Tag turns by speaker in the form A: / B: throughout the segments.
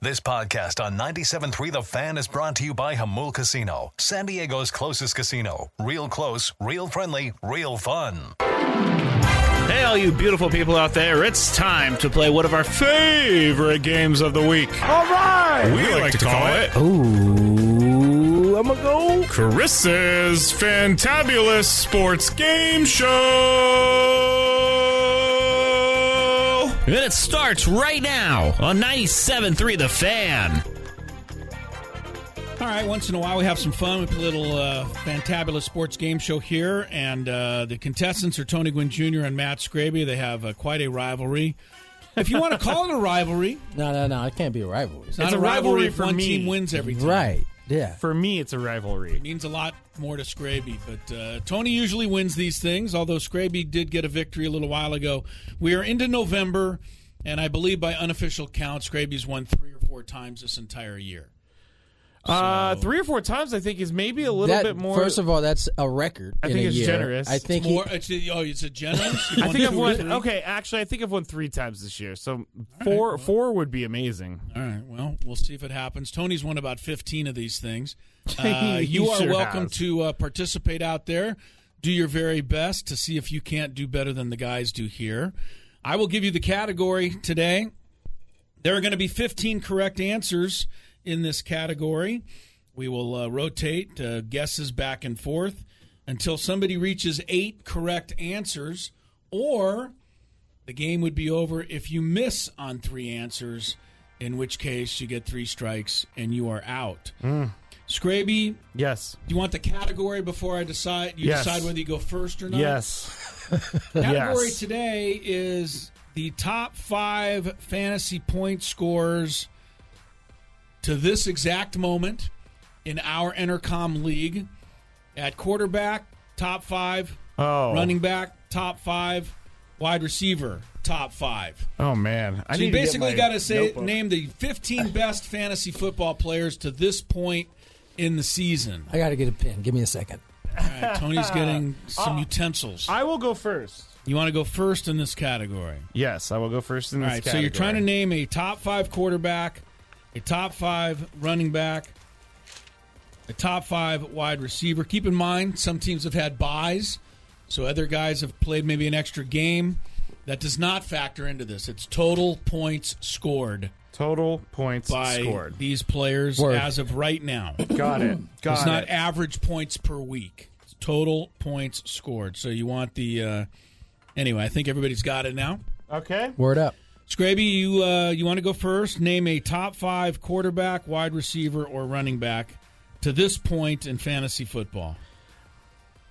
A: This podcast on 97.3 The Fan is brought to you by Hamul Casino, San Diego's closest casino. Real close, real friendly, real fun.
B: Hey, all you beautiful people out there, it's time to play one of our favorite games of the week. All right! We, like, to, call, it.
C: Ooh, I'm gonna go.
B: Chris's Fantabulous Sports Game Show! And it starts right now on 97.3 The Fan.
D: All right, once in a while we have some fun. We play a little uh, fantabulous sports game show here, and uh, the contestants are Tony Gwynn Jr. and Matt Scraby. They have uh, quite a rivalry. If you want to call it a rivalry,
C: No, no, no. It can't be a rivalry.
D: it's, not
E: It's
D: a
E: a
D: rivalry,
E: rivalry
D: if
E: for
D: one
E: me.
D: team wins every time.
C: Right. Yeah.
E: For me, it's a rivalry.
D: Means a lot more to Scraby, but uh, Tony usually wins these things, although Scraby did get a victory a little while ago. We are into November, and I believe by unofficial count, Scraby's won three or four times this entire year.
E: Uh,
D: So-
E: three or four times, I think, is maybe a little
C: That-
E: bit more.
C: First of all, that's a record.
E: I
C: in
E: think
C: a
E: it's
C: year.
E: generous.
C: I think
D: More,
C: he-
D: it's, oh, it's a generous.
E: I think I've
D: Three.
E: won. Okay, actually, I think I've won three times this year. So four, four would be amazing.
D: All right. Well, we'll see if it happens. Tony's won about 15 of these things. Uh,
E: He
D: you are
E: sure
D: welcome
E: has.
D: to uh, participate out there. Do your very best to see if you can't do better than the guys do here. I will give you the category today. There are going to be 15 correct answers in this category. We will uh, rotate uh, guesses back and forth until somebody reaches eight correct answers, or the game would be over if you miss on three answers, in which case you get three strikes and you are out.
E: Mm.
D: Scraby, do
E: Yes.
D: you want the category before I decide? You
E: Yes.
D: decide whether you go first or not?
E: Yes.
D: Category
E: Yes.
D: today is the top five fantasy point scores to this exact moment in our intercom league. At quarterback, top five.
E: Oh.
D: Running back, top five. Wide receiver, top five.
E: Oh man. I
D: So you
E: need to get
D: basically
E: my
D: got to say
E: notebook.
D: name the 15 best fantasy football players to this point in the season.
C: I got to get a pen. Give me a second.
D: All right, Tony's getting some utensils.
E: Uh, I will go first.
D: You want to go first in this category?
E: Yes, I will go first in
D: All
E: this
D: right, so you're
E: category.
D: trying to name a top five quarterback, a top five running back, a top five wide receiver. Keep in mind, some teams have had buys, so other guys have played maybe an extra game. That does not factor into this. It's total points scored
E: total points
D: by
E: scored.
D: these players
C: Word.
D: as of right now.
E: Got it. Got
D: it's
E: it.
D: not average points per week. It's total points scored. So you want the uh, anyway? I think everybody's got it now.
E: okay.
C: Word up.
D: Scraby, you uh, you want to go first? Name a top five quarterback, wide receiver, or running back to this point in fantasy football.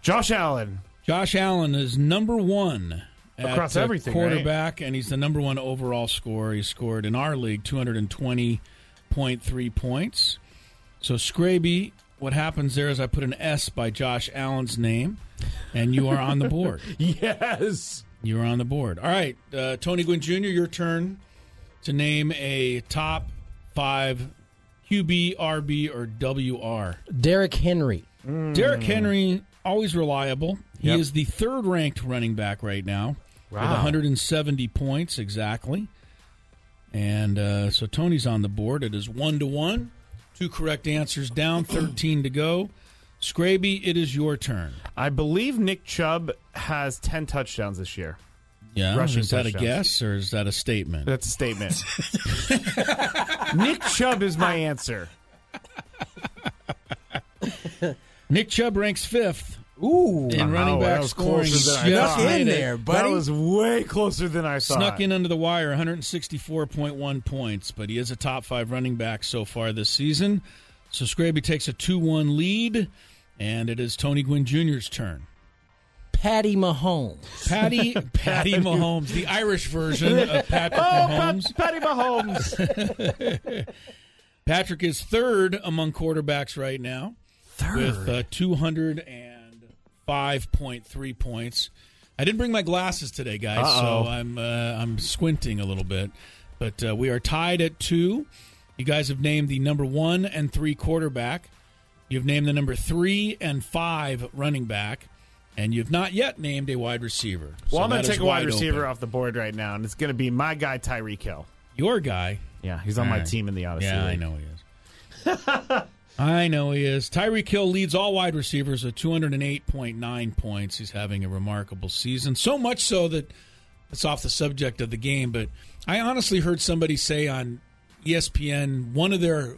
E: Josh Allen.
D: Josh Allen is number one at,
E: Across
D: uh,
E: everything,
D: quarterback, and he's the number one overall scorer. He scored in our league two hundred and twenty point three points. So Scraby, what happens there is I put an S by Josh Allen's name, and you are on the board.
E: Yes.
D: You're on the board. All right, uh, Tony Gwynn Jr., your turn to name a top five QB, RB, or WR.
C: Derrick Henry.
D: Derrick Henry, always reliable. He
E: Yep.
D: is the third ranked running back right now with
E: Wow.
D: 170 points exactly. And uh, so Tony's on the board. It is one to one. Two correct answers down, 13 to go. Scraby, it is your turn.
E: I believe Nick Chubb has ten touchdowns this year.
D: Yeah,
E: Rushing
D: is that a
E: touchdowns.
D: guess or is that a statement?
E: That's a statement. Nick Chubb is my answer.
D: Nick Chubb ranks fifth
C: Ooh.
D: in running
E: wow,
D: back
E: that was
D: scoring.
E: closer than I
D: Just
E: thought.
D: made
C: in
D: it.
C: there, buddy.
E: That was way closer than I thought.
D: Snuck in under the wire, 164.1 points, but he is a top five running back so far this season. So Scraby takes a 2 1 lead, and it is Tony Gwynn Jr.'s turn.
C: Patty Mahomes.
D: Patty Patty Mahomes, the Irish version of Patrick Mahomes.
E: Patty Mahomes.
D: Patrick is third among quarterbacks right now with uh, 205.3 points. I didn't bring my glasses today, guys, so I'm uh, I'm squinting a little bit. But uh, we are tied at two. You guys have named the number one and three quarterback. You've named the number three and five running back, and you've not yet named a wide receiver.
E: Well, I'm going
D: that
E: to
D: is
E: take a wide
D: wide
E: receiver
D: open.
E: off the board right now, and it's going to be my guy Tyreek Hill.
D: Your guy
E: Yeah, he's on
D: All
E: my
D: right.
E: team in the Odyssey.
D: Yeah, I
E: League.
D: know he is. I know he is. Tyreek Hill leads all wide receivers with 208.9 points. He's having a remarkable season. So much so that it's off the subject of the game, but I honestly heard somebody say on E ESPN, one of their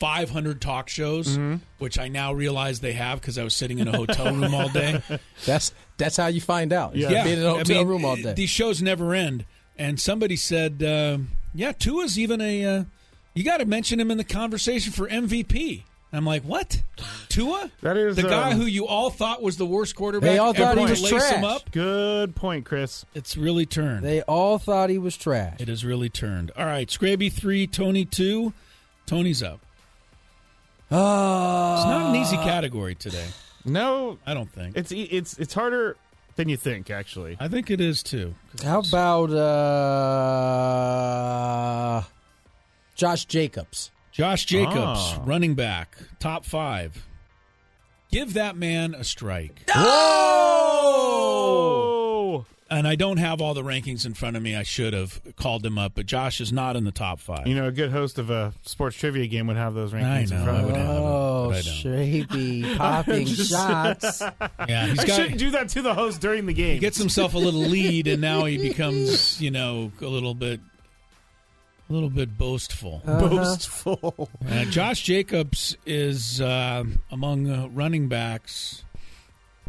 D: 500 talk shows, which I now realize they have because I was sitting in a hotel room all day.
C: That's that's how you find out. Yeah.
D: Yeah,
C: Being in a
D: I
C: hotel
D: mean,
C: room all day.
D: These shows never end. And somebody said, uh, "Yeah, Tua's even a. Uh, you got to mention him in the conversation for MVP." And I'm like, "What? Tua?
E: That is,
D: the guy
E: um,
D: who you all thought was the worst quarterback.
C: They all
D: ever
C: thought he
D: to
C: was
D: lace him
C: trash.
D: up.
E: Good point, Chris.
D: It's really turned.
C: they all thought he was trash.
D: it has really turned. All right, Scraby three, Tony two, Tony's up.
C: Ah.
D: It's not an
C: Uh,
D: easy category today.
E: No,
D: I don't think.
E: it's e- it's it's harder than you think, actually.
D: I think it is too.
C: How about uh, Josh Jacobs?
D: Josh Jacobs,
E: Ah.
D: running back, top five. Give that man a strike.
E: Oh,
D: and I don't have all the rankings in front of me. I should have called him up, but Josh is not in the top five.
E: you know, a good host of a sports trivia game would have those rankings.
D: know,
E: In front
D: I
E: of
D: would
E: them.
D: have.
C: Oh,
D: but I don't.
C: Shapey popping shots.
D: yeah, he's
E: I
D: got
E: shouldn't do that to the host during the
D: he
E: game.
D: gets himself a little lead, and now he becomes you know a little bit, a little bit boastful.
E: Uh. Uh-huh. boastful.
D: Uh, Josh Jacobs is uh, among uh, running backs.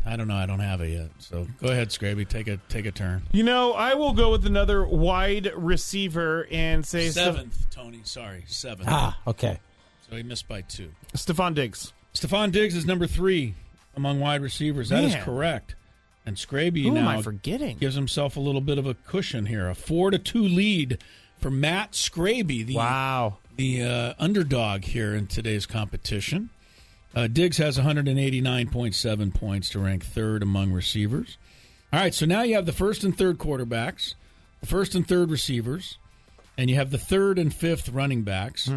D: I don't know. I don't have it yet. So go ahead, Scraby. Take a take a turn.
E: You know, I will go with another wide receiver and say Steph-
D: Seventh, Tony. Sorry, seventh.
C: ah, okay.
D: So he missed by two.
E: Stephon Diggs.
D: Stephon Diggs is number three among wide receivers. That is
E: Man.
D: correct. And Scraby
E: Who am
D: now
E: I forgetting?
D: gives himself a little bit of a cushion here. A four to two lead for Matt Scraby, the
E: Wow.
D: the uh, underdog here in today's competition. Uh, Diggs has 189.7 points to rank third among receivers. All right, so now you have the first and third quarterbacks, the first and third receivers, and you have the third and fifth running backs.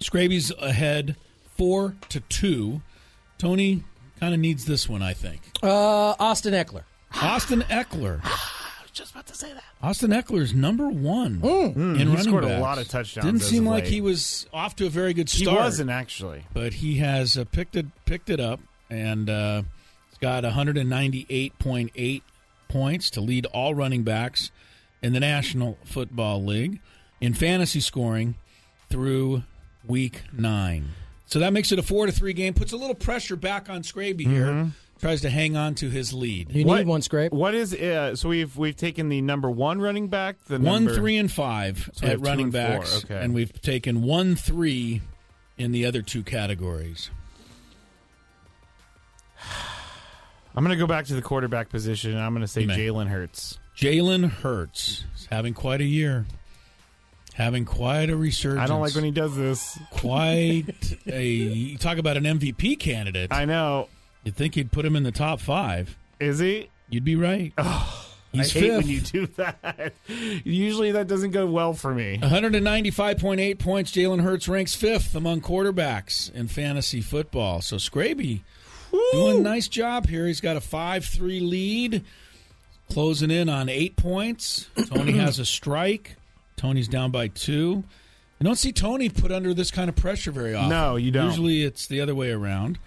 D: Scraby's ahead four to two. Tony kind of needs this one, I think.
C: Uh, Austin Eckler.
D: Austin Eckler. I was just about to say that. Austin Eckler's number one in running
E: Hmm. scored a
D: backs.
E: lot of touchdowns
D: Didn't
E: as
D: seem
E: of
D: like
E: late.
D: he was off to a very good
E: He
D: start.
E: wasn't actually.
D: but he has uh, picked it picked it up and uh, he's got 198.8 points to lead all running backs in the National Football League in fantasy scoring through Week Nine. So that makes it a four to three game. Puts a little pressure back on Scraby
E: Mm-hmm.
D: here. Tries to hang on to his lead.
C: You need one scrape.
E: What is uh, so we've we've taken the number one running back, the
D: one,
E: number,
D: three, and five
E: So we have
D: at
E: two
D: running
E: and four,
D: backs,
E: okay.
D: and we've taken one, three in the other two categories.
E: I'm going to go back to the quarterback position. and I'm going to say
D: You may.
E: Jalen Hurts.
D: Jalen Hurts is having quite a year, having quite a resurgence.
E: I don't like when he does this.
D: quite a you talk about an MVP candidate.
E: I know.
D: You'd think he'd put him in the top five.
E: Is he?
D: You'd be right. He's
E: I hate
D: fifth.
E: when you do that. Usually that doesn't go well for me.
D: 195.8 points. Jalen Hurts ranks fifth among quarterbacks in fantasy football. So Scraby doing a nice job here. He's got a 5 3 lead, closing in on eight points. Tony has a strike. Tony's down by two. You don't see Tony put under this kind of pressure very often.
E: No, you don't.
D: Usually it's the other way around.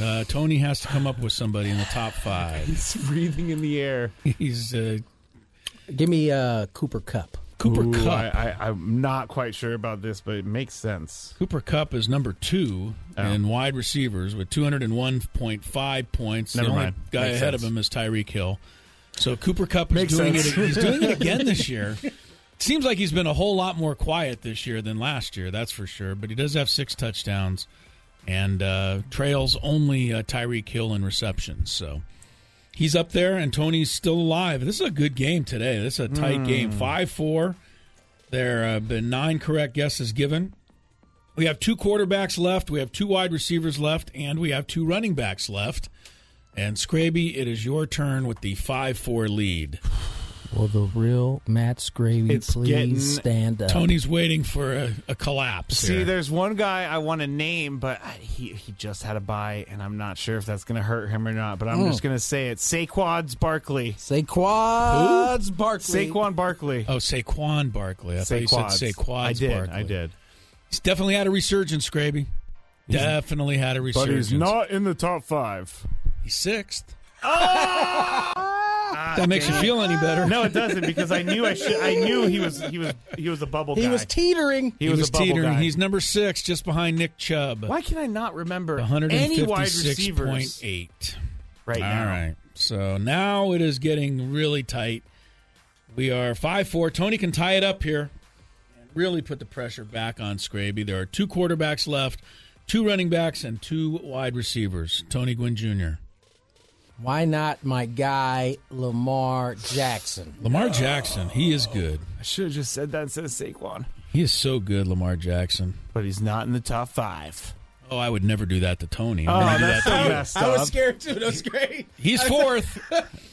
D: Uh, Tony has to come up with somebody in the top five.
E: He's breathing in the air.
D: He's uh,
C: Give me uh, Cooper Cup.
D: Cooper
E: Ooh,
D: Cup.
E: I, I, I'm not quite sure about this, but it makes sense.
D: Cooper Cup is number two
E: Oh.
D: in wide receivers with 201.5 points.
E: Never
D: the only
E: mind.
D: guy
E: Makes
D: ahead
E: sense.
D: of him is Tyreek Hill. So Cooper Cup is
E: Makes
D: doing
E: sense.
D: it. He's doing it again this year. Seems like he's been a whole lot more quiet this year than last year. That's for sure. But he does have six touchdowns and uh, trails only uh, Tyreek Hill in receptions. So he's up there, and Tony's still alive. This is a good game today. This is a tight game,
E: Hmm.
D: five four. There have been nine correct guesses given. We have two quarterbacks left. We have two wide receivers left, and we have two running backs left. And Scraby, it is your turn with the five-four lead.
C: Will the real Matt Scravy
E: It's
C: please
E: getting-
C: stand up?
D: Tony's waiting for a, a collapse.
E: See,
D: here.
E: there's one guy I want to name, but I- he he just had a buy, and I'm not sure if that's going to hurt him or not. But I'm just
D: Oh.
E: going to say it: Saquon's Barkley,
C: Saquon's Barkley.
E: Saquon Barkley,
D: oh Saquon Barkley. Oh, I thought you said Saquon's
E: I did,
D: Barkley.
E: I did.
D: He's definitely had a resurgence, Scraby. Definitely had a resurgence.
E: in the top five.
D: He's sixth. that makes you feel any better.
E: Ah! No, it doesn't because I knew I should. I knew he was he was he was a bubble
C: He
E: guy.
C: was teetering.
E: he was, a bubble
D: teetering.
E: guy.
D: He's number six, just behind Nick Chubb.
E: Why can I not remember any wide receivers
D: 156.8.
E: right
D: All
E: now?
D: right. So now it is getting really tight. We are 5 4. Tony can tie it up here and really put the pressure back on Scraby. There are two quarterbacks left, two running backs, and two wide receivers. Tony Gwynn Jr.
C: Why not my guy Lamar Jackson?
D: Lamar Jackson, he is good.
E: I should have just said that instead of Saquon.
D: He is so good, Lamar Jackson.
E: But he's not in the top five. Oh,
D: Oh, I would never do that to Tony. I'm gonna do that to you.
E: messed
C: scared too. That was great.
D: He's fourth.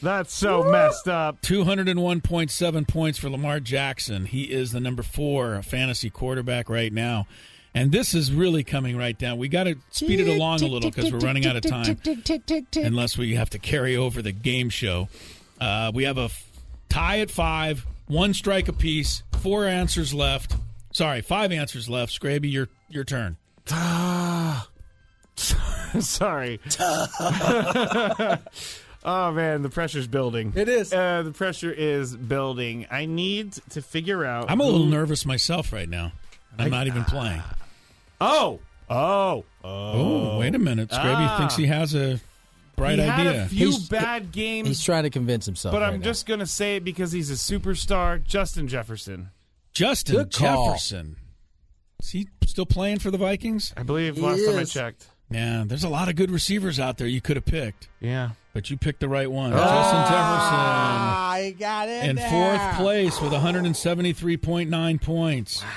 E: That's so messed up.
D: 201.7 points for Lamar Jackson. He is the number four fantasy quarterback right now. And this is really coming right down. We got to speed it along a little because we're running out of time, unless we have to carry over the game show. Uh, we have a f- tie at five, one strike apiece, four answers left. Sorry, five answers left. Scraby, your your turn.
E: Sorry. oh man, the pressure's building.
C: It is.
E: Uh, the pressure is building. I need to figure out.
D: I'm a little nervous myself right now. I'm not
E: ah.
D: even playing.
E: Oh, oh,
D: Oh, wait a minute. Scraby
E: Ah.
D: thinks he has a bright
E: he had
D: idea.
E: a few
C: He's-
E: bad games,
C: He's trying to convince himself.
E: but
C: right
E: I'm
C: now.
E: just gonna say it because he's a superstar, Justin Jefferson.
D: Justin
C: Good call.
D: Jefferson. Is he still playing for the Vikings?
E: I believe
C: He
E: last time I
C: is.
E: checked.
D: Yeah, there's a lot of good receivers out there you could have picked,
E: Yeah.
D: but you picked the right
C: Oh.
D: one.
C: Ah, he got it.
D: Justin Jefferson in fourth place with 173.9 points. Wow.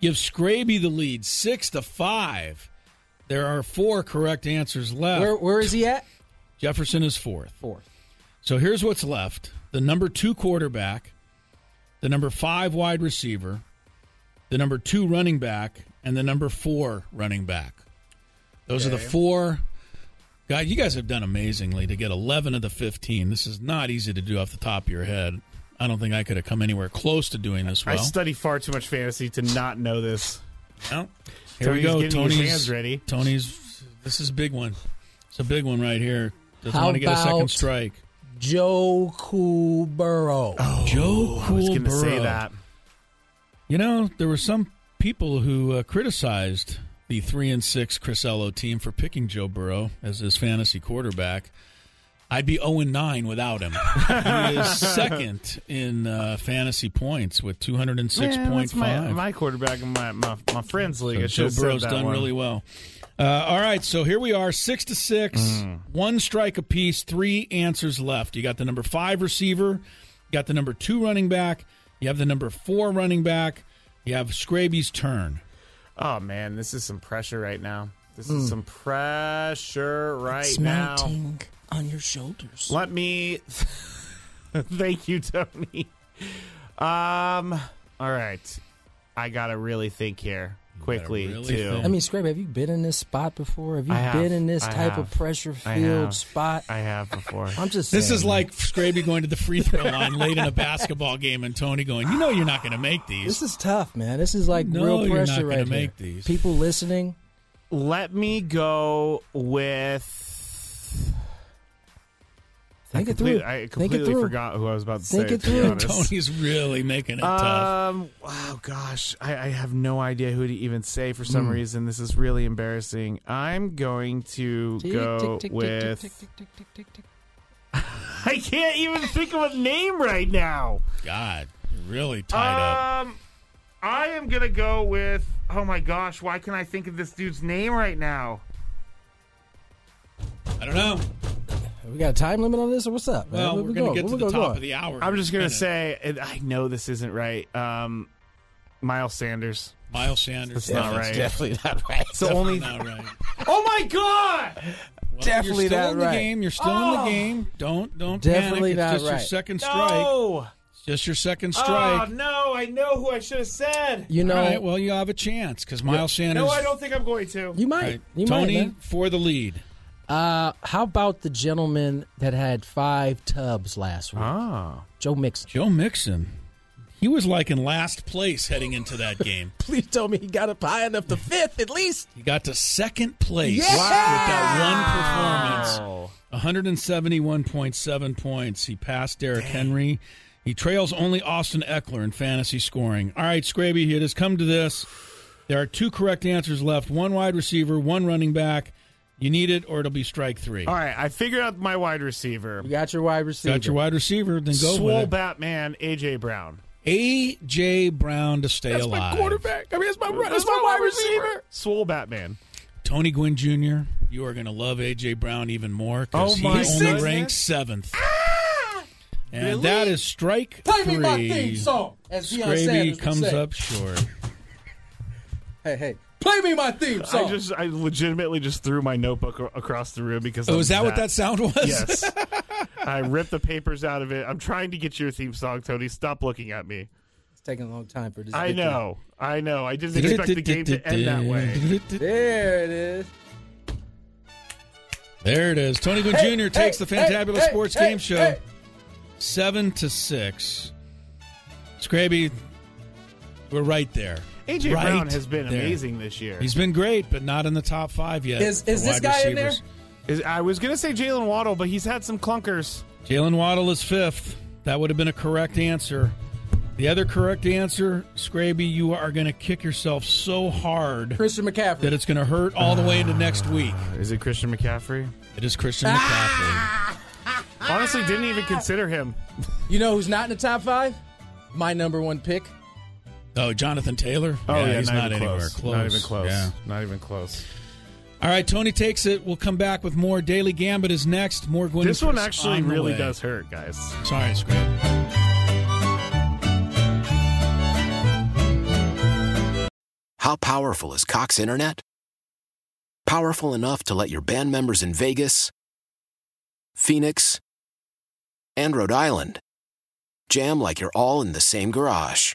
D: Give Scraby the lead, six to five. There are four correct answers left.
C: Where, where is he at?
D: Jefferson is fourth.
C: Fourth.
D: So here's what's left the number two quarterback, the number five wide receiver, the number two running back, and the number four running back. Those are the four. God, you guys have done amazingly to get 11 of the 15. This is not easy to do off the top of your head. I don't think I could have come anywhere close to doing this well.
E: I study far too much fantasy to not know this.
D: Well, here
E: Tony's
D: we go.
E: getting his
D: Tony's
E: hands ready.
D: Tony's. This is a big one. It's a big one right here. Doesn't
C: How
D: want to get a second
C: about-
D: strike.
C: Joe Cool Burrow.
E: Oh.
D: Joe Cool
E: I was gonna say
D: Burrow.
E: that.
D: You know, there were some people who uh, criticized the three and six Crisello team for picking Joe Burrow as his fantasy quarterback. I'd be zero and nine without him. he is second in uh, fantasy points with two hundred and six
E: Man,
D: point
E: that's my,
D: five.
E: my quarterback in my, my, my friend's league. I
D: Joe
E: should've said
D: Burrow's
E: that
D: done
E: one.
D: really well. Uh, all right, so here we are, six to six,
E: Mm.
D: one strike apiece, three answers left. You got the number five receiver, you got the number two running back, you have the number four running back, you have Scraby's turn.
E: Oh man, this is some pressure right now. This
D: Hmm.
E: is some pressure right now.
C: on your shoulders.
E: Let me Thank you, Tony. Um all right. I got to really think here quickly
D: really
E: too.
D: think.
C: I mean, Scrape, have you been in this spot before? Have you
E: I have.
C: been in this
E: I
C: type
E: have.
C: of pressure
E: I
C: filled
E: have.
C: spot?
E: I have before.
C: I'm just
D: This is
C: saying.
D: like Scraby going to the free throw line late in a basketball game and Tony going, You know, you're not going to make these.
C: this is tough, man. This is like
D: No,
C: real
D: you're not
C: pressure
D: gonna
C: right here.
D: make these.
C: People listening,
E: Let me go with
C: Think it
E: Complete-
C: through.
E: I
C: Think it
E: completely
C: through.
E: forgot who I was about to
C: Think
E: say.
C: it
E: to be
C: through.
E: honest.
D: Tony's really making it tough.
E: Um. Oh gosh, I, I have no idea who to even say for
C: Hmm.
E: some reason. This is really embarrassing. I'm going to go with. I can't even think of a name right now.
D: God, you're really tied up.
E: Um, I am gonna go with. Oh my gosh, why can I think of this dude's name right now? uh,
D: I don't know.
C: We got a time limit on this, or what's up? man?
D: Well,
C: Where
D: we're
C: we
D: going to get
C: Where
D: to
C: we
D: the
C: gonna
D: top
C: go?
D: of the hour.
E: I'm just gonna
D: Minute.
E: say, and I know this isn't right. Um, Miles Sanders.
D: Miles Sanders.
E: That's not
D: Yeah,
E: right.
F: Definitely not right.
E: It's the only.
D: Not right.
E: Oh my god!
D: Well,
F: Definitely
D: you're still
F: not
D: in the
F: right.
D: game. You're still in the game. Don't don't
C: Definitely
D: panic. It's
C: not
D: just your
C: right.
D: second strike.
E: No!
D: It's just your second
E: Oh
D: strike.
E: no! I know who I should have said.
C: You know,
D: All right. Well, you have a chance because Miles Sanders.
E: No, I don't think I'm going to.
C: you might.
D: All right,
C: You
D: Tony
C: might. man.
D: for the lead.
C: Uh, how about the gentleman that had five tubs last week?
E: Ah.
C: Joe Mixon.
D: Joe Mixon. He was like in last place heading into that game.
C: Please tell me he got up high enough to fifth at least.
D: He got to second place
C: Yeah!
D: with that one performance. 171.7 points. He passed Derrick Henry. He trails only Austin Eckler in fantasy scoring. All right, Scraby, it has come to this. There are two correct answers left one wide receiver, one running back. You need it, or it'll be strike three.
E: All right, I figured out my wide receiver.
C: You got your wide receiver.
D: Got your wide receiver, then go
E: Swole
D: with it.
E: Batman, AJ Brown.
D: A.J. Brown to stay alive.
E: I mean, that's my that's my wide receiver. Swole Batman.
D: Tony Gwynn Jr., you are going to love A.J. Brown even more because
E: Oh,
D: he
E: my
D: only
E: goodness.
D: ranked seventh.
C: Ah!
D: And that is strike three.
C: as
D: Scraby comes up short.
C: Hey, hey, play me my theme
E: I just, I legitimately just threw my notebook a- across the room because.
D: Oh,
E: of
D: is that what that sound was?
E: Yes. I ripped the papers out of it. I'm trying to get your theme song, Tony. Stop looking at me.
C: it's taking a long time for this. to
E: I
C: get
E: know. I know. I didn't expect the game to end that way.
C: to- There it is.
D: There it is. Tony Gwynn Jr. takes the Fantabulous Sports Game Show seven to six. Scraby, we're right there.
E: AJ
D: Right
E: Brown has been
D: there.
E: amazing this year.
D: He's been great, but not in the top five yet.
C: Is- is
D: for
C: this
D: wide
C: guy in there?
D: receivers.
E: Is- I was gonna say Jalen Waddle, but he's had some clunkers.
D: Jalen Waddle is fifth. That would have been a correct answer. The other correct answer, Scraby, you are going to kick yourself so hard
C: Christian
D: that
C: McCaffrey.
D: it's going to hurt all the way into next week.
E: Uh, Is it Christian McCaffrey?
D: It is Christian McCaffrey.
E: Honestly, didn't even consider him.
C: You know who's not in the top five? My number one pick.
D: Oh, Jonathan Taylor.
E: Oh yeah,
D: he's
E: not,
D: not,
E: even
D: anywhere
E: close.
D: close.
E: Not even close.
D: Yeah.
E: Not even close.
D: All right, Tony takes it. We'll come back with more. Daily Gambit is next. More Gwen.
E: this one actually really does hurt, guys.
D: Sorry, Scrape.
G: How powerful is Cox Internet? Powerful enough to let your band members in Vegas, Phoenix, and Rhode Island jam like you're all in the same garage.